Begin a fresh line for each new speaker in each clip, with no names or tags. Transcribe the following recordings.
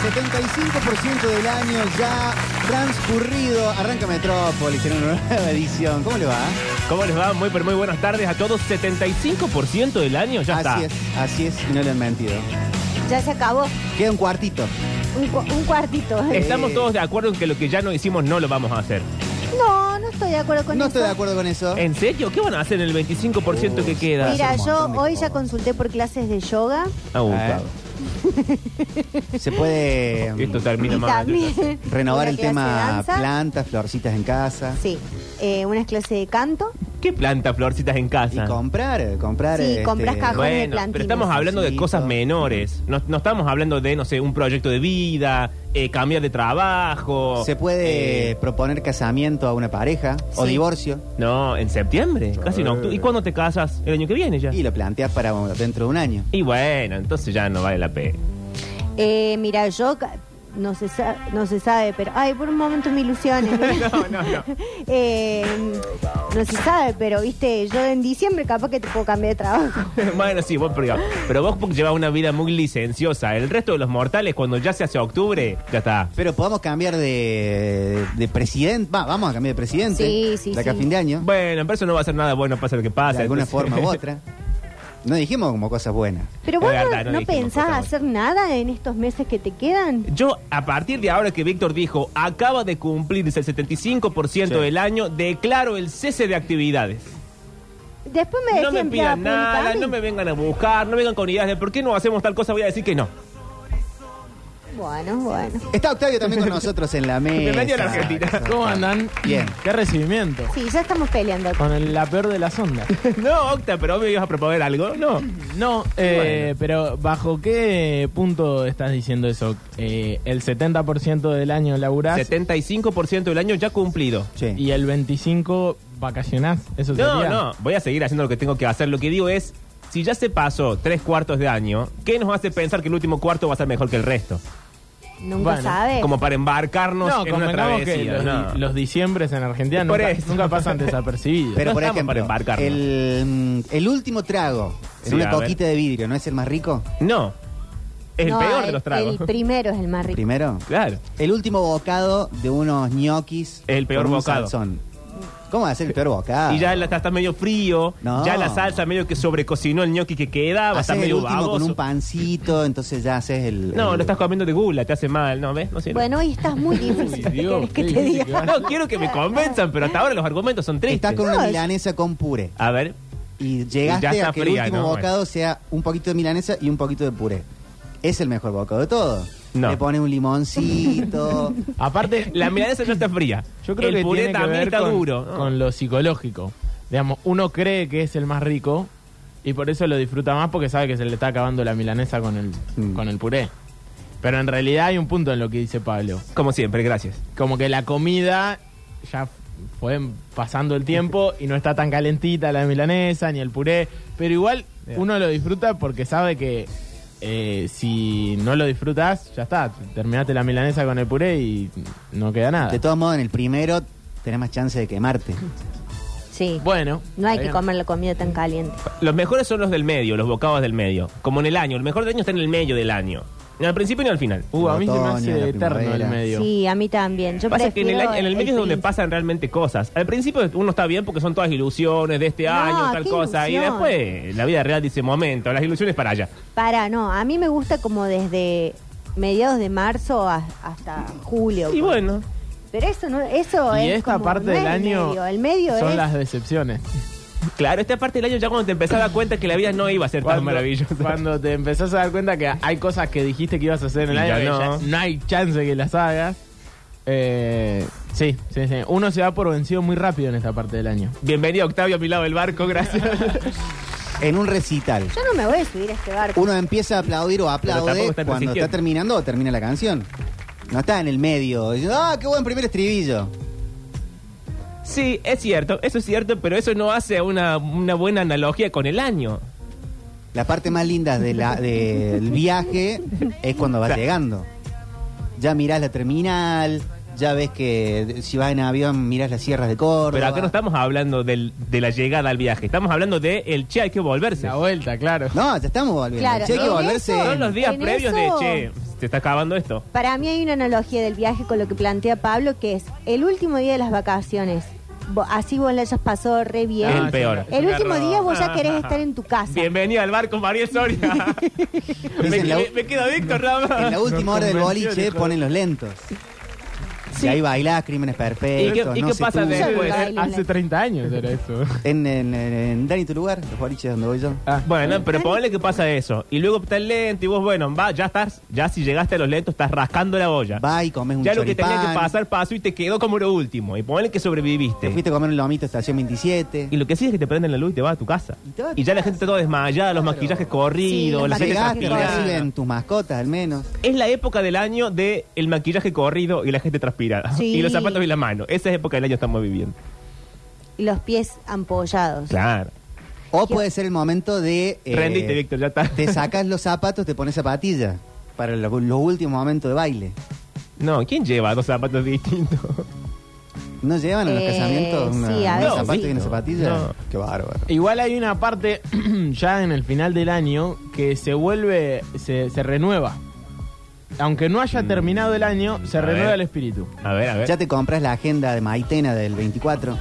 75% del año ya transcurrido. Arranca Metrópolis en una nueva edición. ¿Cómo le va?
¿Cómo les va? Muy, pero muy buenas tardes a todos. 75% del año ya
así
está.
es, así es, y no le han mentido.
Ya se acabó.
Queda un cuartito.
Un, cu- un cuartito.
Eh.
Estamos todos de acuerdo en que lo que ya no hicimos no lo vamos a hacer.
No, no estoy de acuerdo con
No
eso.
estoy de acuerdo con eso.
¿En serio? ¿Qué van a hacer en el 25% que
Oh,
queda?
Mira,
Hacer un
yo
montón de
hoy
cosas.
ya consulté por clases de yoga
Ah,
Eh.
uh, claro.
Se puede mm,
Esto termina
y
mal.
también
renovar
una
el
clase de
tema
danza.
plantas, florcitas en casa.
Sí, eh, unas clases de canto.
¿Qué planta florcitas en
Y
casa?
comprar, comprar.
Sí,
este,
compras cajones. de
Bueno,
plantines,
pero estamos hablando de
sí,
cosas
todo.
menores. No, no estamos hablando de, no sé, un proyecto de vida, eh, cambiar de trabajo.
Se puede
eh,
proponer casamiento a una pareja o
Sí.
divorcio
no, en septiembre, casi en octubre. ¿Y cuándo te casas? ¿El año que viene ya?
y lo planteas para bueno, dentro de un año.
Y bueno, entonces ya no vale la pena.
Eh, mira, yo ca- no se, sa- no se sabe, pero... Ay, por un momento me ilusiones.
No, no, no.
Eh, no se sabe, pero viste, yo en diciembre capaz que te puedo cambiar de trabajo.
bueno, sí, vos, pero, pero vos porque llevas una vida muy licenciosa. El resto de los mortales, cuando ya se hace octubre, ya está.
Pero podemos cambiar de, de presidente. Va, vamos a cambiar de presidente.
Sí, sí,
De acá a
sí.
fin de año.
Bueno, pero eso no va a ser nada bueno, pasa lo que pasa.
de alguna
entonces-
forma u otra. No dijimos como cosas buenas.
Pero vos
Es
no-
verdad, no
no,
dijimos
pensás
cosas
hacer nada en estos meses que te quedan.
Yo, a partir de ahora que Víctor dijo, acaba de cumplirse el 75%
Sí.
del año, declaro el cese de actividades.
Después me
No
decís
me
empleada
pidan
pública a
nada,
mí.
no me vengan a buscar, no vengan con ideas de por qué no hacemos tal cosa, voy a decir que no.
Bueno, bueno.
Está Octavio también con nosotros en la mesa.
Bienvenido a la Argentina.
¿Cómo andan?
Bien.
¿Qué recibimiento?
Sí, ya estamos peleando.
Con el- la peor de las ondas.
No, Octa, pero vos me ibas a proponer algo. No.
No, eh,
Bueno.
pero ¿bajo qué punto estás diciendo eso? Eh, el 70% del año laburás
75% del año ya cumplido.
Sí.
y el 25% vacacionás. Eso
No,
sería?
no, voy a seguir haciendo lo que tengo que hacer. Lo que digo es, si ya se pasó tres cuartos de año, ¿qué nos hace pensar que el último cuarto va a ser mejor que el resto?
Nunca
Bueno,
sabes.
Como para embarcarnos
No,
en una
convengamos que
travesía.
los,
no.
los diciembres en Argentina
Por
nunca,
eso.
nunca pasan desapercibidos.
Pero
No
por
estamos para
ejemplo,
embarcarnos.
el, mm, el último trago en
Sí,
una
a ver.
coquita de vidrio, ¿no es el más rico?
No, es el
No,
peor de los tragos.
El primero es el más rico.
Primero.
Claro.
El último bocado de unos ñoquis.
El peor
con un
bocado.
salsón. ¿Cómo va a ser el peor bocado?
Y ya la, está medio frío,
No.
ya la salsa medio que sobrecocinó el ñoqui que quedaba, está
Haces el
medio
último con
baboso.
un pancito, entonces ya haces el.
No,
el-
lo estás comiendo de gula, te hace mal, ¿no ves? No sirve.
Bueno, hoy estás muy difícil. ¿Qué
Dios,
querés que
qué
te diga?
difícil que va.
No, quiero que me convenzan, pero hasta ahora los argumentos son tristes.
Estás con una
No, es-
milanesa con puré.
A ver,
Y
Este. Y ya
llegaste
está
a que el
fría,
último
¿no?
bocado sea un poquito de milanesa y un poquito de puré. Es el mejor bocado de todo.
No.
Le pones un limoncito.
Aparte,
la milanesa ya está fría.
Yo creo
el
que
puré
tiene que
también
ver
está
con,
duro. No.
con lo psicológico. Digamos, uno cree que es el más rico y por eso lo disfruta más porque sabe que se le está acabando la milanesa con el,
Mm.
con el puré. Pero en realidad hay un punto en lo que dice Pablo.
Como siempre, gracias.
Como que la comida ya fue pasando el tiempo y no está tan calentita la milanesa ni el puré. Pero igual uno lo disfruta porque sabe que eh, si no lo disfrutas, ya está. Terminaste la milanesa con el puré y no queda nada.
De todos modos, en el primero tenés más chance de quemarte.
Sí.
Bueno,
no hay
está
eh,
que
bien.
comer la comida tan caliente.
Los mejores son los del medio, los bocados del medio. Como en el año. El mejor del año está en el medio del año. Ni al principio ni al final.
Uh, a mí se me
Otoño, la
hace eterno el
primavera.
medio.
Sí, a mí también. Yo
Pasa que en el,
prefiero
año- en el medio es donde
príncipe.
pasan realmente cosas. Al principio uno está bien porque son todas ilusiones de este
No,
año, tal
qué
cosa. Y
ilusión.
después la vida real dice, momento, las ilusiones para allá.
Para, no. A mí me gusta como desde mediados de marzo a- hasta julio.
Y bueno,
Pero eso no, eso
Y
es
esta
como-
parte
no
del
es el
año
medio. El medio
son
es
las decepciones.
claro, esta parte del año ya cuando te empezás a dar cuenta que la vida no iba a ser tan maravillosa.
cuando te empezás a dar cuenta que hay cosas que dijiste que ibas a hacer en el
Y ya
año que
no.
ya no hay chance que las hagas. Eh, sí, sí, sí. Uno se va por vencido muy rápido en esta parte del año.
Bienvenido Octavio a mi lado del barco, gracias.
En un recital.
Yo no me voy a subir a este barco.
Uno empieza a aplaudir o aplaude
tampoco está
cuando
resistiendo.
está terminando o termina la canción. No está en el medio. diciendo, ah, qué buen primer estribillo.
sí, es cierto, eso es cierto, pero eso no hace una, una buena analogía con el año.
La parte más linda de la- del viaje es cuando vas llegando. Ya mirás la terminal, ya ves que de- si vas en avión mirás las sierras de Córdoba.
Pero acá no estamos hablando del- de la llegada al viaje, estamos hablando de el che, hay que volverse.
La vuelta, claro.
No, ya estamos volviendo.
Claro,
Che, hay que
en
volverse.
eso-
Son los días
En
previos
eso-
de che, se está acabando esto.
Para mí hay una analogía del viaje con lo que plantea Pablo, que es el último día de las vacaciones. Vo- así vos la hayas pasado re bien.
el peor.
El último día vos ya querés estar en tu casa.
Bienvenido al barco, María Soria. me,
Dicen la u-
me- me quedo Víctor nada más.
En la última
Nos
hora del
convenció,
boliche
dijo.
ponen los lentos. Y ahí bailás Crímenes Perfectos.
¿Y qué- y
no
qué
sé
pasa
tú.
de- Después,
Baila,
Hace 30 años era eso.
En, en, en- en Dani, tu lugar, los boliches donde voy yo.
Ah,
Bueno, pero ponle que pasa eso. Y luego está el lento y vos, bueno, va, ya estás, ya si llegaste a los lentos, estás rascando la olla.
Va y comes un
ya lo que tenía que
choripán,
pasar pasó y te quedó como lo último. Y ponle que
Te
sobreviviste.
fuiste a comer un lomito a estación 27.
Y lo que sí es que te prenden la luz y te vas a tu casa.
Y te vas a tu
Y ya la gente está toda desmayada, los maquillajes corridos, la
Sí, los
gente
Llegaste y
maquillajes
transpirada.
reciben tus mascotas al menos.
Es la época del año de el maquillaje corrido y la gente transpirada.
Sí.
Y los zapatos y la mano. Esa época del año estamos viviendo.
Y los pies ampollados.
Claro.
O puede ser el momento de... eh,
Rendite, Víctor, ya está.
Te sacas los zapatos, te pones zapatilla para lo- los últimos momentos de baile.
No, ¿quién lleva dos zapatos distintos?
¿No llevan a los
Eh,
casamientos una,
sí, a
un
veces.
zapato
No,
y una
sí,
zapatilla?
no.
Qué bárbaro.
Igual hay una parte ya en el final del año que se vuelve, se, se renueva. Aunque no haya terminado el año, se
Mm, A
renueva
ver.
el espíritu.
A ver, a ver.
Ya te compras la agenda de Maitena del 24.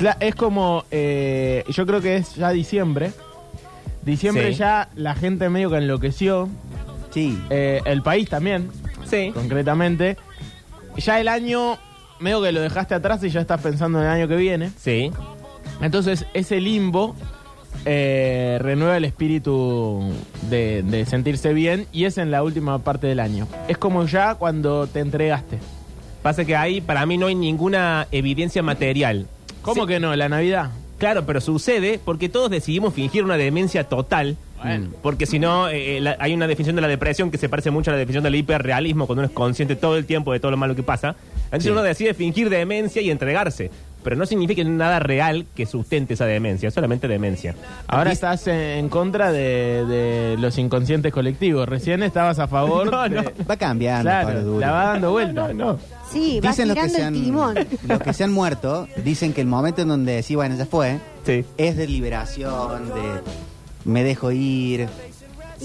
Cla- Es como, eh, yo creo que es ya diciembre. Diciembre
Sí.
ya la gente medio que enloqueció,
Sí.
eh, el país también,
Sí.
concretamente. Ya el año medio que lo dejaste atrás y ya estás pensando en el año que viene.
Sí.
Entonces ese limbo eh, renueva el espíritu de, de sentirse bien y es en la última parte del año. Es como ya cuando te entregaste.
Pasa que ahí para mí no hay ninguna evidencia material.
¿Cómo
Sí,
que no? La Navidad.
Claro, pero sucede porque todos decidimos fingir una demencia total. mm,
Bueno.
Porque si no, eh, eh, la- hay una definición de la depresión que se parece mucho a la definición del hiperrealismo, cuando uno es consciente todo el tiempo de todo lo malo que pasa. Entonces uno decide fingir demencia y entregarse. Pero no significa nada real que sustente esa demencia, es solamente demencia.
Ahora
Aquí-
estás en, en contra de, de los inconscientes colectivos. Recién estabas a favor.
No,
de-
no.
Va cambiando, Pablo
Claro,
Duro.
la va dando vuelta.
No, no.
Sí, vas
Dicen los que,
tirando
se
el
han,
timón.
los que se han muerto, dicen que el momento en donde decís, bueno, ya fue,
Sí.
es de liberación, de me dejo ir,
¿Y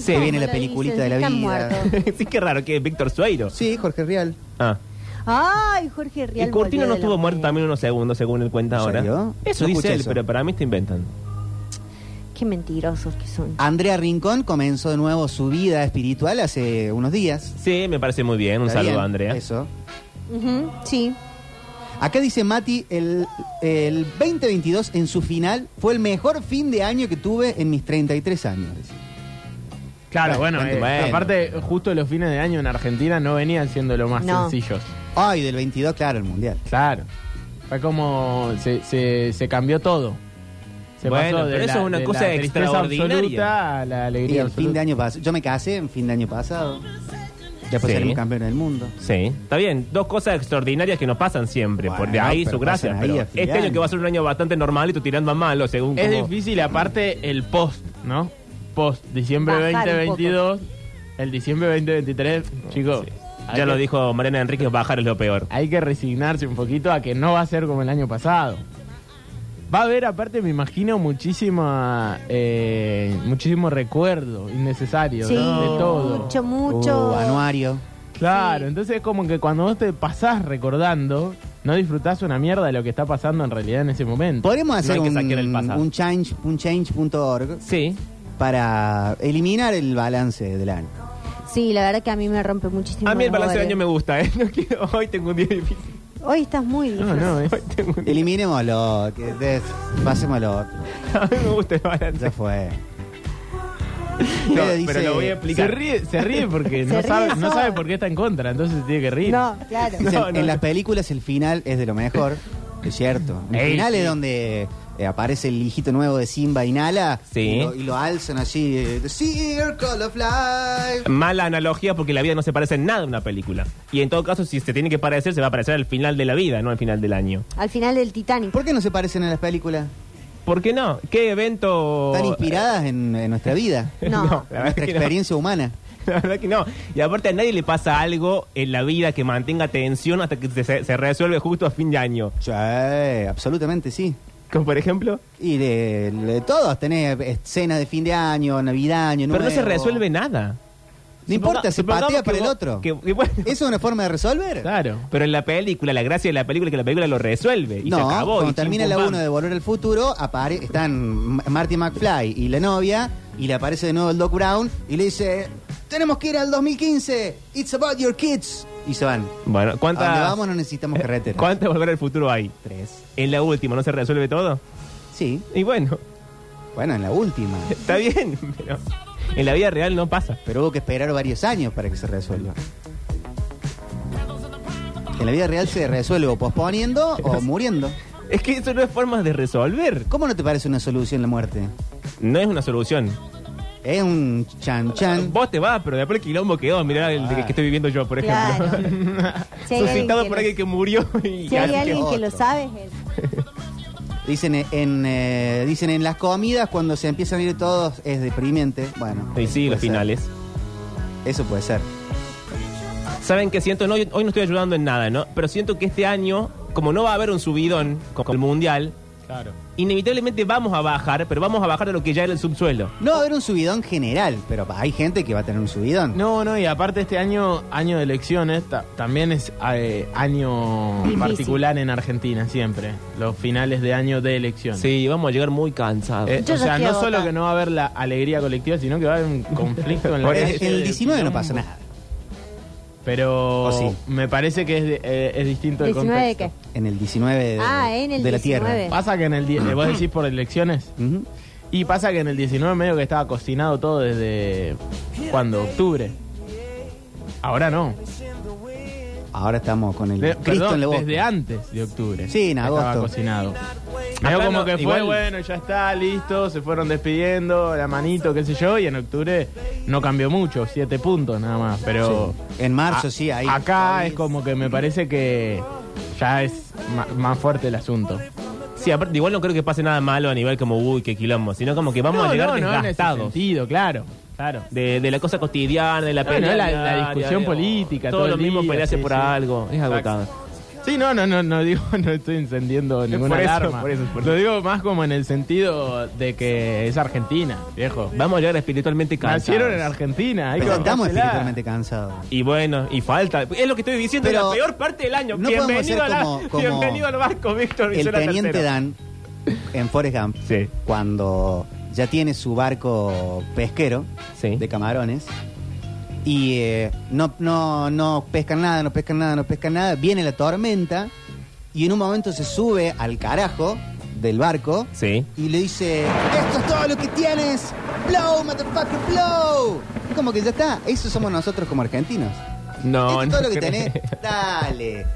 se
cómo
viene la
lo
peliculita de
dicen?
la
Están
vida.
muertos.
sí, qué raro que Víctor Sueiro.
Sí, Jorge Rial.
Ah.
Ay, Jorge Rial.
Y Cortino
volvió
no
de la
estuvo muerto
muerte.
también unos segundos, según él cuenta
¿En
ahora.
serio?
Eso
No
dice
escuché
él,
eso.
pero para mí está inventando.
Qué mentirosos que son.
Ah.
Andrea Rincón comenzó de nuevo su vida espiritual hace unos días.
Sí, me parece muy bien. Un
Está
saludo,
bien,
Andrea.
Eso.
Ujú, Sí.
Acá dice Mati, el, el 2022 en su final fue el mejor fin de año que tuve en mis 33 años.
Claro, bueno, eh,
Bueno.
aparte, justo los fines de año en Argentina no venían siendo lo más
No.
sencillos.
Ay, del 22, claro, el mundial.
Claro. Fue como. Se, se, se cambió todo. Se
Bueno,
pasó de
pero eso
la-
es una
de
cosa
la tristeza
extraordinaria.
absoluta a la
Y
alegría
el fin de
absoluta.
año pasado. Yo me casé en fin de año pasado. Después
Sí.
salimos campeón del mundo.
Sí, está bien. Dos cosas extraordinarias que nos pasan siempre.
Bueno,
por de ahí
pero
su gracia.
pasan ahí
pero
a fin de
este año
año.
que va a ser un año bastante normalito, tirando a malo, según
Es
como-
difícil, aparte, el post, ¿no? Post, diciembre
Bajar un
2022. El diciembre 2023, chicos.
Sí.
hay
Ya
que-
lo dijo Mariana Enríquez, bajar es lo peor.
Hay que resignarse un poquito a que no va a ser como el año pasado. Va a haber, aparte, me imagino, muchísima, eh, muchísimo recuerdo innecesario
Sí,
¿no? de todo.
mucho, mucho.
Uh, anuario.
Claro,
Sí.
entonces es como que cuando vos te pasás recordando, no disfrutás una mierda de lo que está pasando en realidad en ese momento.
Podríamos
No hay
hacer
que
un,
saquear el pasado.
un change, un change.org
Sí.
para eliminar el balance del año.
Sí, la verdad que a mí me rompe muchísimo.
A mí el
los
balance del año me
huevos.
gusta, ¿eh? No quiero- Hoy tengo un día difícil.
Hoy estás muy
No,
difícil.
no, es-
Hoy tengo un día...
Eliminémoslo, que des- pasémoslo. otro.
A mí me gusta el balance.
Ya fue.
No,
Fede
pero
dice-
lo voy a
se,
explicar.
ríe, se ríe porque no,
ríe
sabe, no
solo.
sabe por qué está en contra, entonces tiene que reír.
No, claro.
Dicen,
No, no,
en
no.
las películas el final es de lo mejor. Es cierto. El
Ey,
final
sí.
es donde eh, aparece el hijito nuevo de Simba y Nala.
Sí.
Y lo, y lo alzan así. eh, The Circle of Life.
Mala analogía porque la vida no se parece en nada a una película. Y en todo caso, si se tiene que parecer, se va a parecer al final de la vida, no al final del año.
Al final del Titanic.
¿Por qué no se parecen a las películas?
¿Por qué no? ¿Qué evento?
Están inspiradas en, en nuestra vida.
No.
Oh, eh. la
en
verdad
nuestra
que no.
experiencia humana.
La verdad que no. Y aparte a nadie le pasa algo en la vida que mantenga tensión hasta que se, se resuelve justo a fin de año.
Sí, absolutamente sí.
Como por ejemplo.
Y de, de todos tenés escenas de fin de año, navidaño,
Pero no se
nuevo.
resuelve nada.
No importa, se
Supongamos
patea
que
para el
vos-
otro.
que- que bueno.
¿Eso es una forma de resolver?
Claro.
Pero en la película, la gracia de la película es que la película lo resuelve. Y
no,
se acabó. y
cuando
chim,
termina
pum,
la
pam.
1 de Volver al Futuro, apare están M- Marty McFly y la novia, y le aparece de nuevo el Doc Brown y le dice, tenemos que ir al 2015, it's about your kids. Y se van.
Bueno,
A donde
¿cuántas,
vamos no necesitamos
Eh,
carretera.
¿cuántas volver al futuro hay? Tres. En la última, ¿no se resuelve todo?
Sí,
Y bueno,
bueno, en la última.
está bien, pero en la vida real no pasa.
Pero hubo que esperar varios años para que se resuelva. En la vida real se resuelve o posponiendo o muriendo.
Es que eso no es forma de resolver.
¿Cómo no te parece una solución la muerte?
No es una solución.
Es un chan chan.
Vos te vas, pero después el quilombo quedó. Mirá el de que, que estoy viviendo yo, por ejemplo.
Claro. Si hay alguien
Suscitado
que
por
lo-
alguien que murió. Y
si hay
así
alguien
quedó.
que lo
otro.
sabe, es él.
Dicen eh, en, eh, dicen en las comidas cuando se empiezan a ir todos es deprimente. Bueno.
Y sí,
puede
los
ser.
finales.
Eso puede ser.
¿Saben qué siento? No, yo- hoy no estoy ayudando en nada, ¿no? Pero siento que este año, como no va a haber un subidón con el Mundial,
Claro.
inevitablemente vamos a bajar, pero vamos a bajar de lo que ya era el subsuelo.
No va a haber un subidón general, pero hay gente que va a tener un subidón.
No, no, y aparte este año, año de elecciones, ta- también es eh, año
Difícil.
particular en Argentina, siempre. Los finales de año de elecciones.
Sí, vamos a llegar muy cansados.
Eh,
Yo
o
ya
sea,
estoy
no
agotada.
solo que no va a haber la alegría colectiva, sino que va a haber un conflicto en la
Por
En
eso-
calle
el- en
de
el 19 no
quilombo.
pasa nada.
Pero
¿O sí?
me parece que es, de- eh, es distinto el
19 de
contexto.
qué?
En el 19 de,
Ah, en el
de la
19.
Tierra.
Pasa que en el... die- eh, ¿Vos decís por elecciones?
Ujú.
Y pasa que en el 19 medio que estaba cocinado todo desde... cuando ¿Octubre? Ahora no.
Ahora estamos con el
De-
Cristo
perdón,
en la boca.
desde antes de octubre.
Sí, en
Ya
agosto.
Estaba cocinado.
Acá
Medio como
no,
que fue,
igual-
bueno, ya está, listo, se fueron despidiendo, la manito, qué sé yo, y en octubre no cambió mucho, siete puntos nada más, pero...
En marzo,
a-
sí, ahí.
Acá
ahí-
es como que me parece que ya es ma- más fuerte el asunto.
Sí, aparte, igual no creo que pase nada malo a nivel como, uy, qué quilombo, sino como que vamos
No,
a llegar
no, no, en ese
desgastados.
sentido, claro, claro.
de, de la cosa cotidiana, de la
No,
pelea.
no, la- la
diaria,
discusión
de-
política,
Todo,
todo
lo
el
mismo
día,
pelearse
sí,
por
sí.
algo. Es
Exacto.
agotado.
Sí, no, no, no, no digo, no estoy encendiendo ninguna
Por eso,
alarma.
por eso, por
Lo digo más como en el sentido de que es Argentina, viejo.
Vamos a llegar espiritualmente cansados.
Nacieron en Argentina. hay
Pero
que
estamos
bancársela.
espiritualmente cansados.
Y bueno, y falta. Es lo que estoy diciendo, es
Pero
la peor parte del año.
no podemos
bienvenido, a
ser
la-
como- como
bienvenido al barco, Víctor.
El
Brizuela
teniente
tercero.
Dan en Forrest Gump,
Sí.
cuando ya tiene su barco pesquero
Sí.
de camarones y eh, no, no, no pescan nada, no pescan nada, no pescan nada, viene la tormenta y en un momento se sube al carajo del barco
Sí.
y le dice, esto es todo lo que tienes, blow, motherfucker, blow. Y Como que ya está, eso somos nosotros como argentinos. Esto
No,
es
no.
todo lo que
creo.
tenés. Dale.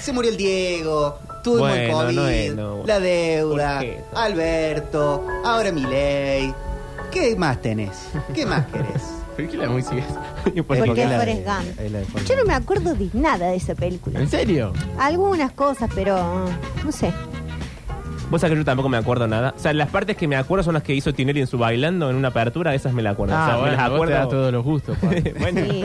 Se murió el Diego. Tuvimos el
Bueno,
COVID.
no es, no.
La deuda.
¿Por qué?
Alberto. Ahora Milei. ¿Qué más tenés? ¿Qué más querés?
¿Por qué la música es-
Y por
Pues,
Eh,
eso-
Porque
es
es
la de- eh,
Forrest Gump.
es la de Forrest
Yo no
Gump.
me acuerdo de nada de esa película.
¿En serio?
Algunas cosas, pero ah, no sé.
Vos sabés que yo tampoco me acuerdo nada. O sea, las partes que me acuerdo son las que hizo Tinelli en su bailando en una apertura, esas me las
Ah,
acuerdo. o sea, me las
vos te das
acuerdo.
todos los gustos. pa.
bueno,
Sí.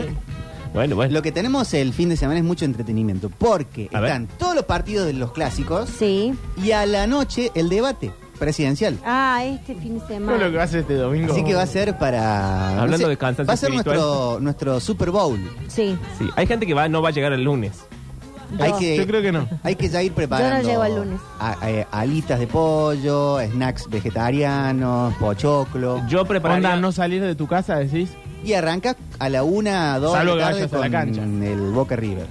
bueno, bueno.
Lo que tenemos el fin de semana es mucho entretenimiento. Porque
A ver.
están todos los partidos de los clásicos
Sí.
y a la noche el debate presidencial.
Ah, este fin de
Todo lo que
semana.
vas a hacer este domingo.
Así que va a ser para.
Hablando de cansancio
Va a ser
espiritual.
nuestro, nuestro Super Bowl.
Sí.
Sí, hay gente que va, no va a llegar el lunes.
Hay
Yo-
que,
Yo creo que no.
Hay que ya ir preparando.
Yo no llego el lunes.
a- a- eh, alitas de pollo, snacks vegetarianos, pochoclo.
Yo prepararía...
Onda, no salir de tu casa, decís.
Y arranca a la una, dos
Salvo
de
que
la tarde
vayas a la
con
cancha.
el Boca River.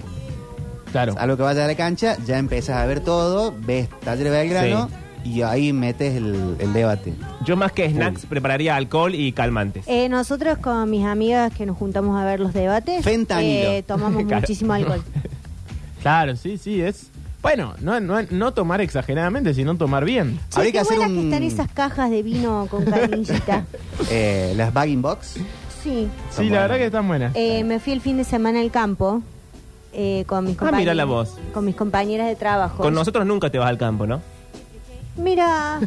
Claro.
A lo que vayas a la cancha, ya empezás a ver todo, ves Taller Belgrano y ahí metes el, el debate.
Yo más que snacks prepararía alcohol y calmantes.
Eh, nosotros con mis amigas que nos juntamos a ver los debates,
Fentanilo.
eh, tomamos
Claro.
muchísimo alcohol.
Claro, sí, sí, es. Bueno, no, no, no tomar exageradamente, sino tomar bien.
Che,
Habría que
qué
hacer
buenas
un-
que están esas cajas de vino con canillita.
Eh, las bagging box.
Sí.
Está
Sí,
bueno.
la verdad que están buenas.
Eh, me fui el fin de semana al campo eh, con mis
Ah, mira
compañeras.
la voz.
Con mis compañeras de trabajo.
Con nosotros nunca te vas al campo, ¿no?
Mira,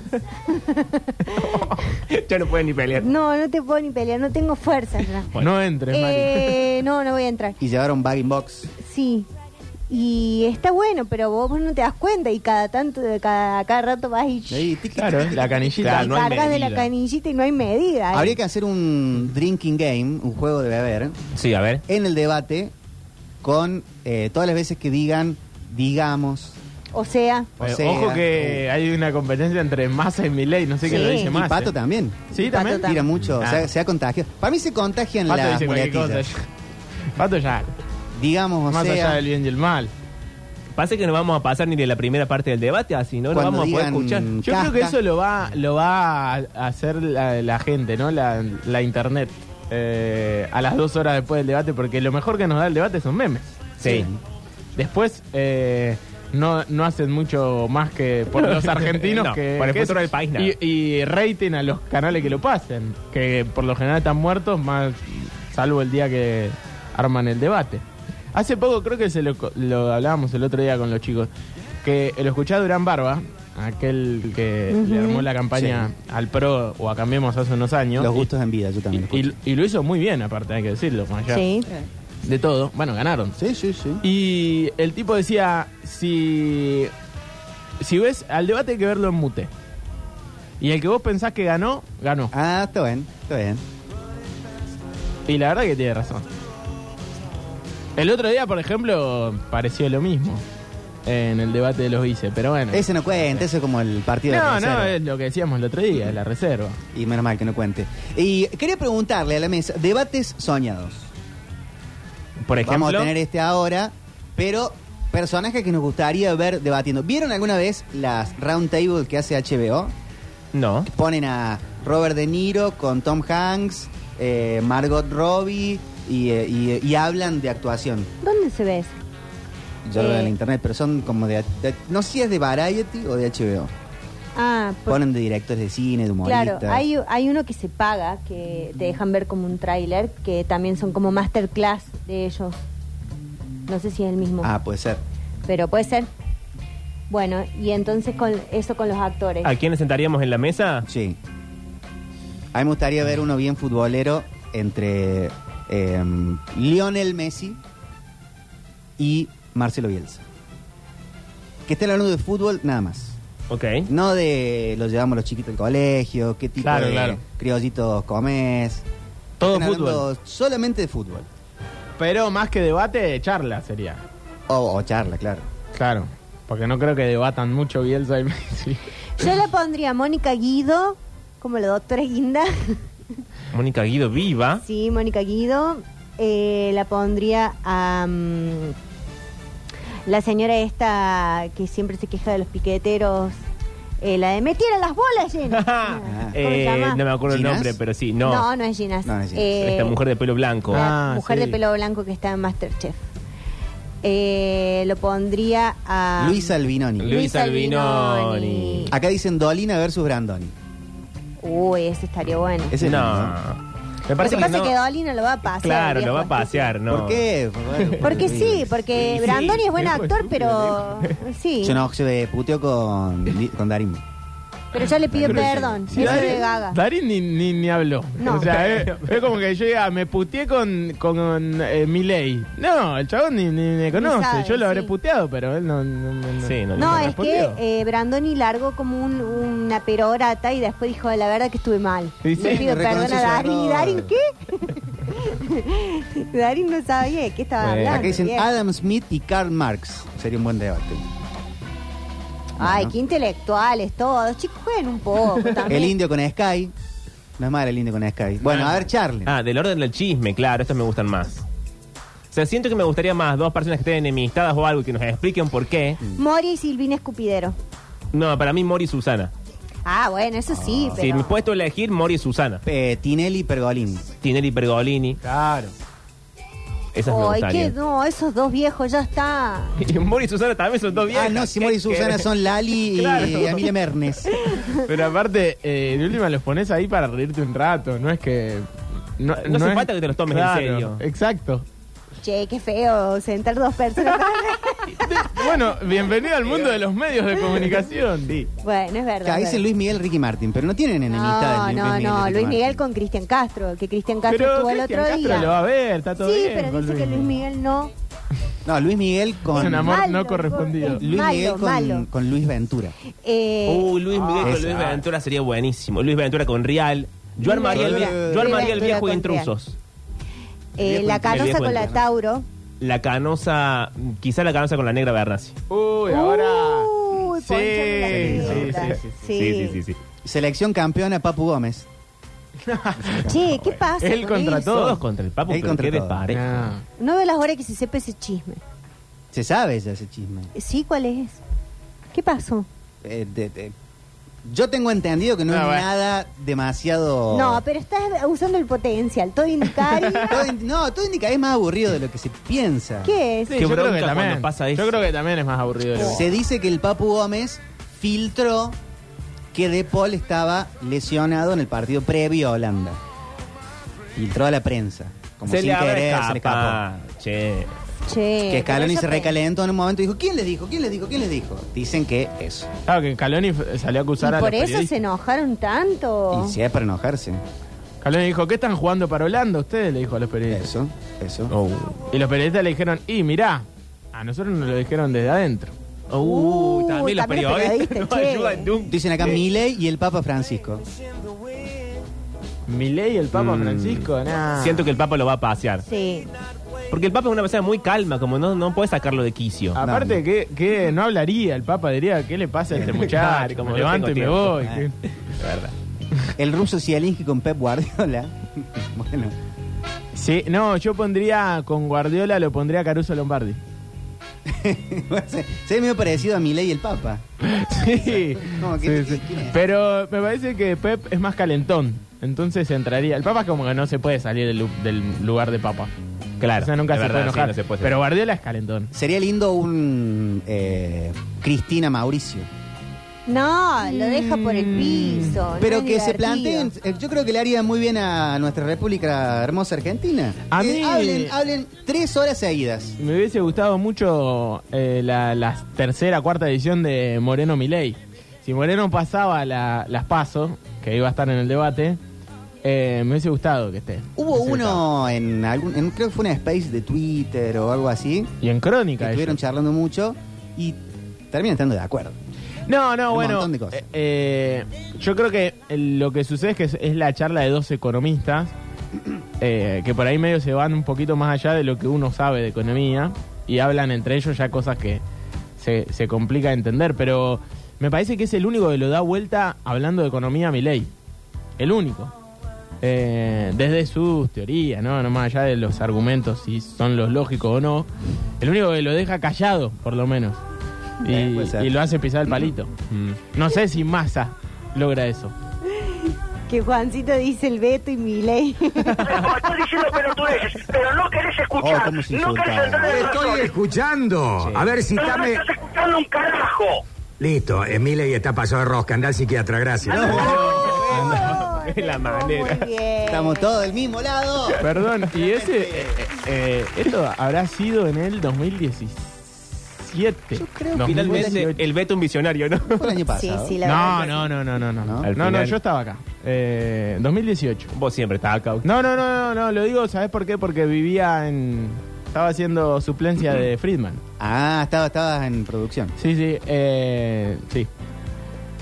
ya no pueden ni pelear.
no, no te puedo ni pelear, no tengo fuerza.
No entres, Mari.
Eh, no, no voy a entrar.
Y llevaron bagging box.
Sí. Y está bueno, pero vos, vos no te das cuenta y cada tanto, cada, cada rato vas y...
Ahí, tiqui,
Claro,
tiqui,
la
tiqui.
canillita.
Claro,
te
no hay
cargas de la
medida.
canillita y no hay medida. ¿eh?
Habría que hacer un drinking game, un juego de beber,
Sí, a ver.
en el debate con eh, todas las veces que digan, digamos.
O sea,
O
Eh,
sea, uh.
Ojo que hay una competencia entre Massa y Milei, no sé quién
Sí.
lo dice
Y
más.
Pato
eh.
también.
Sí,
Pato
también.
Tira mucho,
Ah.
o sea, se ha contagiado. Para mí se contagian
Pato
las
dice cualquier cosa.
muletillas.
Pato ya,
Digamos, o
más allá
sea,
del bien y el mal.
Pasa que no vamos a pasar ni de la primera parte del debate, así no lo
Cuando
vamos a poder
digan-
escuchar.
Yo
Casca.
creo que eso lo va, lo va a hacer la, la gente, ¿no? La, la internet. eh, a las dos horas después del debate, porque lo mejor que nos da el debate son memes.
Sí.
Después eh, no, no hacen mucho más que por los argentinos
No,
que
por el
que
futuro
eso.
del país, nada.
Y, y rating a los canales que lo pasen, que por lo general están muertos, más salvo el día que arman el debate. Hace poco creo que se lo, co- lo hablábamos el otro día con los chicos, que lo escuché a Durán Barba, aquel que
Ujú.
le armó la campaña al PRO o a Cambiemos hace unos años.
los gustos en vida, yo también.
Y, y- y lo hizo muy bien, aparte, hay que decirlo. con allá
sí.
De todo. Bueno, ganaron.
Sí, sí, sí.
Y el tipo decía, si, si ves al debate hay que verlo en mute. Y el que vos pensás que ganó, ganó.
Ah, está bien, está bien.
Y la verdad que tiene razón. El otro día, por ejemplo, pareció lo mismo en el debate de los vice, pero bueno.
Ese no cuenta, ese es como el partido de
no,
la
no,
reserva.
es lo que decíamos el otro día, la reserva.
Y menos mal que no cuente. Y quería preguntarle a la mesa, debates soñados.
Por ejemplo,
Vamos a tener este ahora, pero personajes que nos gustaría ver debatiendo. ¿Vieron alguna vez las round table que hace HBO?
no.
Ponen a Robert De Niro con Tom Hanks, eh, Margot Robbie y, eh, y- y hablan de actuación.
¿Dónde se ve eso?
Yo lo veo en
Eh.
internet, pero son como de, de- No sé si es de Variety o de HBO.
Ah, por-
Ponen de directores de cine, de humoristas.
claro. Hay, hay uno que se paga, que te dejan ver como un tráiler, que también son como masterclass de ellos. No sé si es el mismo,
Ah, puede ser.
pero puede ser. Bueno, y entonces con eso con los actores.
¿A quiénes sentaríamos en la mesa?
Sí. A mí me gustaría ver uno bien futbolero entre em, Lionel Messi y Marcelo Bielsa. Que estén hablando de fútbol nada más.
Ok.
No de los llevamos los chiquitos al colegio, qué tipo
Claro,
de
claro.
criollitos comes.
Todo
Estén
fútbol.
hablando Solamente de fútbol.
Pero más que debate, charla sería.
O, o charla, claro.
Claro. Porque no creo que debatan mucho Bielsa y Messi.
Yo le pondría a Mónica Guido, como la doctora Guinda.
Mónica Guido viva.
Sí, Mónica Guido. Eh, la pondría a mm, la señora esta que siempre se queja de los piqueteros. eh, la de me tiran las bolas llenas. ¿Cómo se
Eh,
llama?
no me acuerdo el
¿Ginas?
nombre, pero sí, no.
no. no, es Ginas.
No, no es Ginas.
Eh,
Esta mujer de pelo blanco.
Ah,
mujer
sí.
de pelo blanco que está en Masterchef. Eh, lo pondría a
Luis Albinoni.
Lu- Luis Albinoni.
Acá dicen Dolina versus Brandoni.
Uy, ese estaría bueno.
Ese
no. Me
Lo que pasa
no-
es que Dolina lo va a pasear.
Claro,
viejo,
lo va a
estúpido.
pasear, ¿no?
¿Por qué? Bueno,
Porque sí, porque
Sí, sí,
Brandoni es buen
viejo
actor,
estúpido,
pero sí.
Yo no, se puteó con, Di- con Darín.
Pero ya le pide
Creo que sí.
perdón.
Sí,
eso
Darín-
de Gaga.
Darín ni, ni, ni habló.
No.
O sea, es, es como que llega, me puteé con, con eh, Milei. No, el chabón ni, ni me conoce.
sabe,
Yo lo habré
sí.
puteado, pero él no. no, no- no.
Sí, no,
No, es que
respondió.
eh, Brandoni largó como un- una perorata y después dijo, la verdad que estuve mal.
Sí,
Le
sí,
pido
reconoce
perdón a
su
Darín. ¿Y
error.
Darín qué? Darín no sabía de qué estaba
Bueno,
hablando.
Acá dicen "Ah,
viejo.
Adam Smith y Karl Marx. Sería un buen debate.
Ay,
Bueno.
qué intelectuales todos. Chicos, jueguen un poco también.
El indio con Sky. No es malo el indio con Sky. Bueno, a ver, Charlie.
Ah, del orden del chisme, claro, estos me gustan más. O sea, siento que me gustaría más dos personas que estén enemistadas o algo y que nos expliquen por qué.
Mori y Silvina Escupidero.
No, para mí Mori y Susana.
Ah, bueno, eso sí,
Si me
pero...
he puesto a elegir, Mori y Susana.
Eh, Tinelli y Pergolini.
Tinelli y Pergolini,
Claro.
esas me
Ay, qué,
¿eh?
gustarían.
no, esos dos viejos ya está.
Y Mori y Susana también son dos viejas.
Ah, no, si
¿Qué
Mori y Susana
querés?
son Lali y,
Claro.
y Emilia Mernes.
Pero aparte, eh, de última los pones ahí para reírte un rato. No es que. No,
No hace falta que te los tomes en serio.
Exacto.
Che, qué feo sentar dos personas.
Bueno, bienvenido al mundo de los medios de comunicación. Sí.
bueno, es verdad.
Acá
es verdad.
dicen Luis Miguel Ricky Martin, pero no tienen enemistad.
No,
Luis
no,
Miguel y
no.
Ricky
Luis Miguel
Martin.
con Cristian Castro, que Cristian Castro
Pero
estuvo el
Cristian
otro
Castro
día.
lo va a ver, está todo
sí,
bien.
pero
con
dice que Luis Miguel no.
No, Luis Miguel
Es un
con.
amor
Malo,
no correspondido.
pobre.
Luis
Malo,
Miguel
malo.
con, con Luis Ventura.
Eh,
Uh, Luis Miguel
ah,
con Luis
esa.
Ventura sería buenísimo. Luis Ventura con Real. Yo armaría el, vie-
Ventura.
yo armaría el
Luis
viejo de
Ventura con
intrusos.
eh,
viejo entero.
la
El
canosa
viejo
con la
entero.
Tauro.
La canosa, quizá la canosa con la negra Bernasi.
Uy, ahora.
Uy,
Sí,
ponchame la
sí,
grieta.
sí, sí,
Sí.
sí.
Selección campeona Papu Gómez.
Che, ¿qué pasa?
Él
con
contra
eso?
todos.
Todos contra el Papu,
Él
pero
contra
qué
todos.
Uh.
desparejo.
No.
No veo las horas que se sepa ese chisme.
Se sabe ya ese chisme.
Sí, ¿cuál es? ¿Qué pasó?
Eh, de- de- yo tengo entendido que no
Ah,
es
bueno.
nada demasiado.
No, pero estás usando el potencial. Todo indicaría.
Todo in- no, todo indica es más aburrido de lo que se piensa.
¿Qué es?
Sí,
Qué
yo creo
bronca
que también.
cuando pasa
yo
eso.
creo que también es más aburrido. de lo que-
Se dice que el Papu Gómez filtró que De Paul estaba lesionado en el partido previo a Holanda. Filtró a la prensa. Como
se
sin
le habrá
querer, se le escapó.
escapado. Che.
Che.
Que Scaloni
Eh, pero
se
yo pe-
recalentó en un momento y dijo, ¿quién les dijo? ¿Quién les dijo? ¿Quién les dijo? Dicen que eso.
Claro, Ah, que Caloni f- salió a acusar
¿Y
a
por
los
eso se
periodistas.
enojaron tanto?
Y si es para enojarse.
Caloni dijo, ¿qué están jugando para Holanda ustedes? Le dijo a los periodistas.
Eso, eso.
Oh.
Y los periodistas le dijeron, y mirá, a nosotros nos lo dijeron desde adentro.
Uh,
Uh,
también los
también los
periodistas no
periodistas, che.
ayudan nunca.
Dicen acá Milei y el Papa Francisco.
Milei y el Papa
Mm.
Francisco, nada.
Siento que el Papa lo va a pasear.
Sí.
Porque el Papa es una persona muy calma, como no, no puede sacarlo de quicio.
Ah.
Aparte,
No.
Que, que no hablaría el Papa, diría, ¿qué le pasa a este muchacho?
Claro, como no
me levanto y
tengo
me
tiempo.
voy.
Ah.
¿Qué?
De verdad.
El ruso Zielinski con Pep Guardiola. bueno,
Ah.
Sí, no, yo pondría con Guardiola, lo pondría a Caruso Lombardi.
se, se ve medio parecido a Milei y el Papa.
Sí,
Como que-
sí, sí.
¿quién es?
pero me parece que Pep es más calentón. Entonces entraría. El Papa como que no se puede salir del, lu- del lugar de Papa.
Claro.
O sea, nunca
de
se
verdad,
puede
sí,
enojar.
no se puede
pero Guardiola es calentón.
Sería lindo un eh, Cristina Mauricio.
No, lo deja por el piso.
Pero
no es
que se
divertido.
planteen, eh, yo creo que le haría muy bien a nuestra República Hermosa Argentina.
A
Que
mí-
Hablen, hablen tres horas seguidas.
Me hubiese gustado mucho eh, la, la tercera, cuarta edición de Moreno Milei. Si Moreno pasaba la- las pasos, que iba a estar en el debate, eh, me hubiese gustado que esté. Me
Hubo
hubiese gustado.
uno en algún, en- creo que fue una space de Twitter o algo así,
Y en
que
crónica.
estuvieron
ellos.
charlando mucho y terminan estando de acuerdo.
Eh.
No, no,
Un
bueno.
montón de cosas.
eh, eh, yo creo que eh, lo que sucede es que es, es la charla de dos economistas eh, que por ahí medio se van un poquito más allá de lo que uno sabe de economía y hablan entre ellos ya cosas que se, se complica entender. Pero me parece que es el único que lo da vuelta hablando de economía a mi ley. El único. Eh, desde sus teorías, ¿no? No más allá de los argumentos, si son los lógicos o no. El único que lo deja callado, por lo menos. Y,
Eh, puede ser.
y lo hace pisar el palito.
Mm.
No sé si Massa logra eso.
Que Juancito dice el Beto y Milei.
Como estoy diciendo pelotudeces, pero no querés escuchar.
Oh, cómo se
no querés
insultaba.
entrar en
Estoy
razones.
escuchando. A ver si
Pero no
dame.
estás escuchando un carajo.
Listo, Emiley está pasado de rosca. Anda al psiquiatra, gracias.
Ah,
es la manera.
Muy bien.
Estamos todos del mismo lado.
Perdón, y ese. eh, eh, esto habrá sido en el 2017.
Yo creo que
Finalmente, el Beto un visionario, ¿no?
Fue el año
Sí,
pasado.
sí, la
No,
verdad.
no, no, no, no,
¿No?
no. No,
Al
no,
final-
yo estaba acá. Eh, 2018.
Vos siempre estás acá.
No, no, no, no, no, lo digo, ¿sabes por qué? Porque vivía en. Estaba haciendo suplencia de Friedman.
Ah, estaba, estabas en producción.
Sí, sí, eh, sí.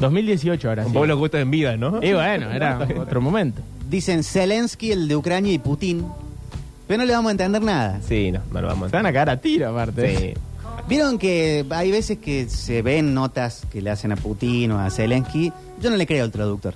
2018 ahora sí.
Vos los gustos en vida, ¿no?
Y bueno, era otro momento.
Dicen Zelensky, el de Ucrania y Putin. Pero no le vamos a entender nada.
Sí, no, no lo vamos
Se van a cagar a tiro, aparte.
Sí.
Vieron que hay veces que se ven notas que le hacen a Putin o a Zelensky. Yo no le creo al traductor.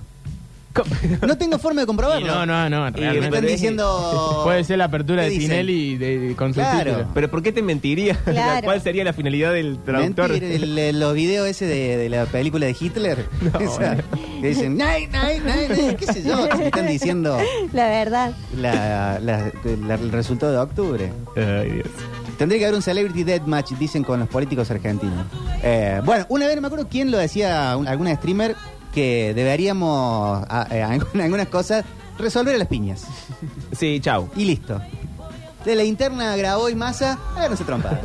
No tengo forma de
Y
comprobarlo.
no, no, no.
Me
realmente.
están diciendo.
Puede ser la apertura
¿Qué
de
dicen?
Tinelli de, de- con
Claro.
subtítulos.
Pero ¿por qué te mentiría?
Claro.
¿Cuál sería la finalidad del traductor?
Mentir, el- el- los videos ese de, de la película de Hitler. O sea, que dicen, "Nay, nay, nay, nay", qué sé yo, que me están diciendo
La verdad.
la- la- la- el resultado de octubre.
Ay, Dios.
Tendría que haber un celebrity deathmatch, dicen con los políticos argentinos. Eh, bueno, una vez no me acuerdo quién lo decía, un- alguna streamer, que deberíamos a- eh, en algunas cosas resolver a las piñas.
Sí, chau.
Y listo. De la interna grabó y masa, háganos trompa.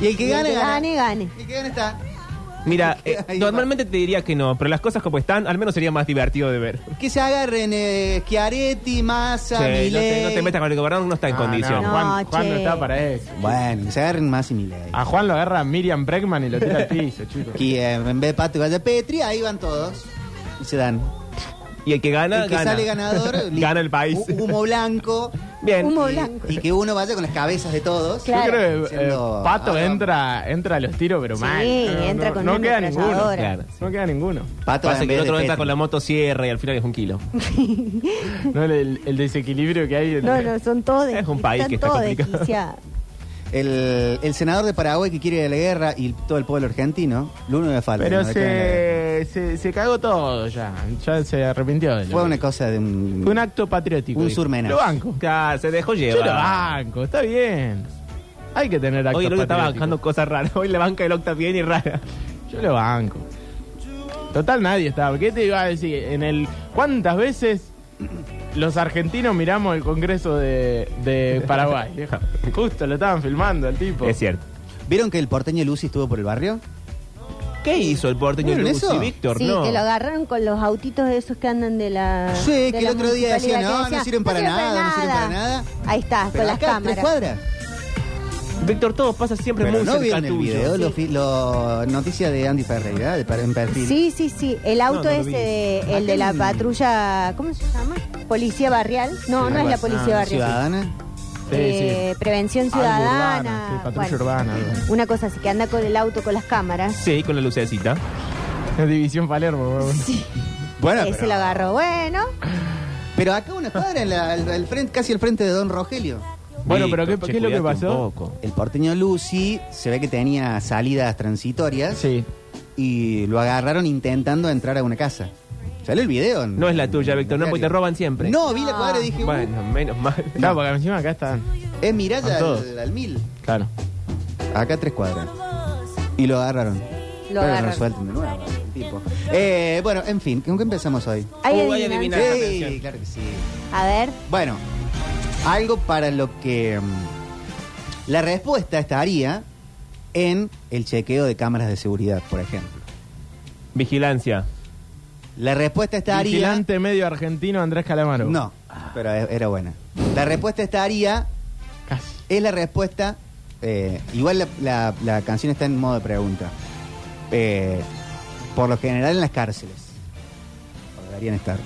Y el que
Y el
gane,
que
gana.
gane, gane.
El que gane está.
Mira,
¿Qué
eh,
hay?
normalmente te diría que no, pero las cosas como están, al menos sería más divertido de ver.
Que se agarren eh, Chiaretti, Massa,
Sí, no, te,
Milei.
no te metas con el gobernador, no está en
Ah,
condición.
No,
No,
Juan, Juan no
che.
está para eso.
Bueno, que se agarren Massa y Milei.
Ah.
A Juan lo agarra Miriam Bregman y lo tira al piso, chicos.
Que eh, en vez de Pato y Valle Petri, ahí van todos. Y se dan.
Y el que gana,
el que
gana.
sale ganador, li-
gana el país.
hu- Humo blanco.
Bien.
Humo
y-
blanco.
Y, que uno vaya con las cabezas de todos.
Claro.
Yo creo que eh,
Siendo-
Pato
ah,
entra, entra a los tiros, pero
Sí,
mal.
entra con
no
una
queda ninguno.
ametralladora.
Claro.
No queda ninguno.
Pato
Pasa
en
que
vez
el
de
otro entra
Petri.
con la moto sierra y al final es un kilo.
No, el, el desequilibrio que hay. entre-
No, no, son todos.
Es un país que está complicado.
El, el senador de Paraguay que quiere la guerra y todo el pueblo argentino, lo único que falta.
Pero
¿no? Declaran la guerra.
se, se, se cagó todo ya. Ya se arrepintió. de lo
Fue
que
una
hizo.
cosa de un...
Fue un acto patriótico.
Un
dijo.
surmenage.
Lo banco.
Claro, se dejó
Yo ah, lo
llevar.
banco, está bien. Hay que tener actos
Hoy el Octa está
patrióticos.
bancando cosas raras. Hoy la banca del Octa bien y rara.
Yo lo banco. Total, nadie estaba. ¿Qué te iba a decir? En el ¿Cuántas veces los argentinos miramos el Congreso de, de Paraguay? viejo? Justo lo estaban filmando el tipo.
Es cierto.
¿Vieron que el porteño Lucy estuvo por el barrio?
¿Qué hizo el porteño
¿Vieron
Lucy
eso?
Víctor?
Sí,
no.
que lo agarraron con los autitos esos que andan de la.
Sí,
de
que
la
el otro día decía,
municipalidad,
no,
que
no sirven para nada, no sirven para nada.
Ahí está,
Pero
con las
acá, tres
cámaras.
cuadras.
Víctor, todo pasa siempre
Pero
muy
no
cerca
vieron el
tuyo.
video, lo, fi- lo- noticia de Andy Ferreira, de, en perfil.
Sí, sí, sí. El
No,
auto
no lo
ese,
vi.
de- el
Acá
de la
en-
patrulla, ¿cómo se llama? Policía barrial. No, no es la policía
Ah,
barrial.
Ciudadana.
Sí,
Eh,
sí.
Prevención
Algo
ciudadana.
urbana, sí, patrulla
bueno,
urbana, algo.
Una cosa así que anda con el auto con las cámaras.
Sí, con la lucecita.
Es División Palermo. weón.
Bueno,
ese lo agarró. Bueno,
pero acá una cuadra, en la- al- al frente, casi al frente de Don Rogelio.
Bueno, pero
Víctor,
¿qué-
che,
qué es lo que
cuidate
pasó?
un poco.
El porteño Lucy se ve que tenía salidas transitorias
Sí.
y lo agarraron intentando entrar a una casa. Sale el video. en-
No es la tuya, Víctor, no, porque te roban siempre.
No, vi la cuadra y dije, bueno.
Bueno, menos mal.
Claro, porque encima acá están.
es Miralla
Con todo.
al, al mil.
Claro.
Acá tres cuadras. Y lo agarraron. Pero no
agarraron.
lo sueltan de nuevo, el tipo. Eh, bueno, en fin, ¿con qué empezamos hoy?
hay
Oh, hay
adivinanza.
adivinanza.
Sí,
atención.
claro que sí.
A ver,
Bueno, algo para lo que mm, la respuesta estaría en el chequeo de cámaras de seguridad, por ejemplo.
Vigilancia.
La respuesta estaría.
Vigilante medio argentino Andrés Calamaro.
No, pero e- era buena. La respuesta estaría.
Casi.
Es la respuesta. eh, igual la, la- la canción está en modo de pregunta. Eh, por lo general en las cárceles. O deberían estar.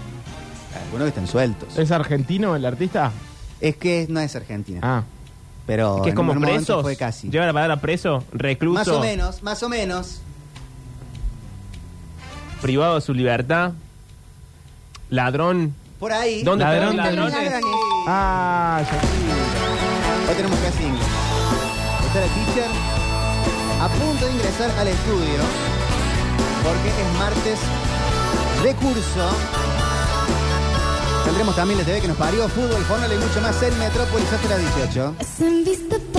Algunos que están sueltos. Es,
¿Es argentino el artista?
que no es Argentina.
Ah.
Pero
que es
en
como
un momento
presos.
fue casi.
Lleva la palabra preso, recluso,
Más o menos, más o menos.
privado de su libertad, ladrón.
Por ahí.
¿Dónde
Ladrón,
están los ladrones?
ladrones.
Ah.
Ah, ya-
Hoy tenemos casi inglés. Está la teacher a punto de ingresar al estudio porque es martes de curso. Tendremos también la TV que nos parió, fútbol, fórmula y mucho más en Metrópolis hasta las 18.
Se han visto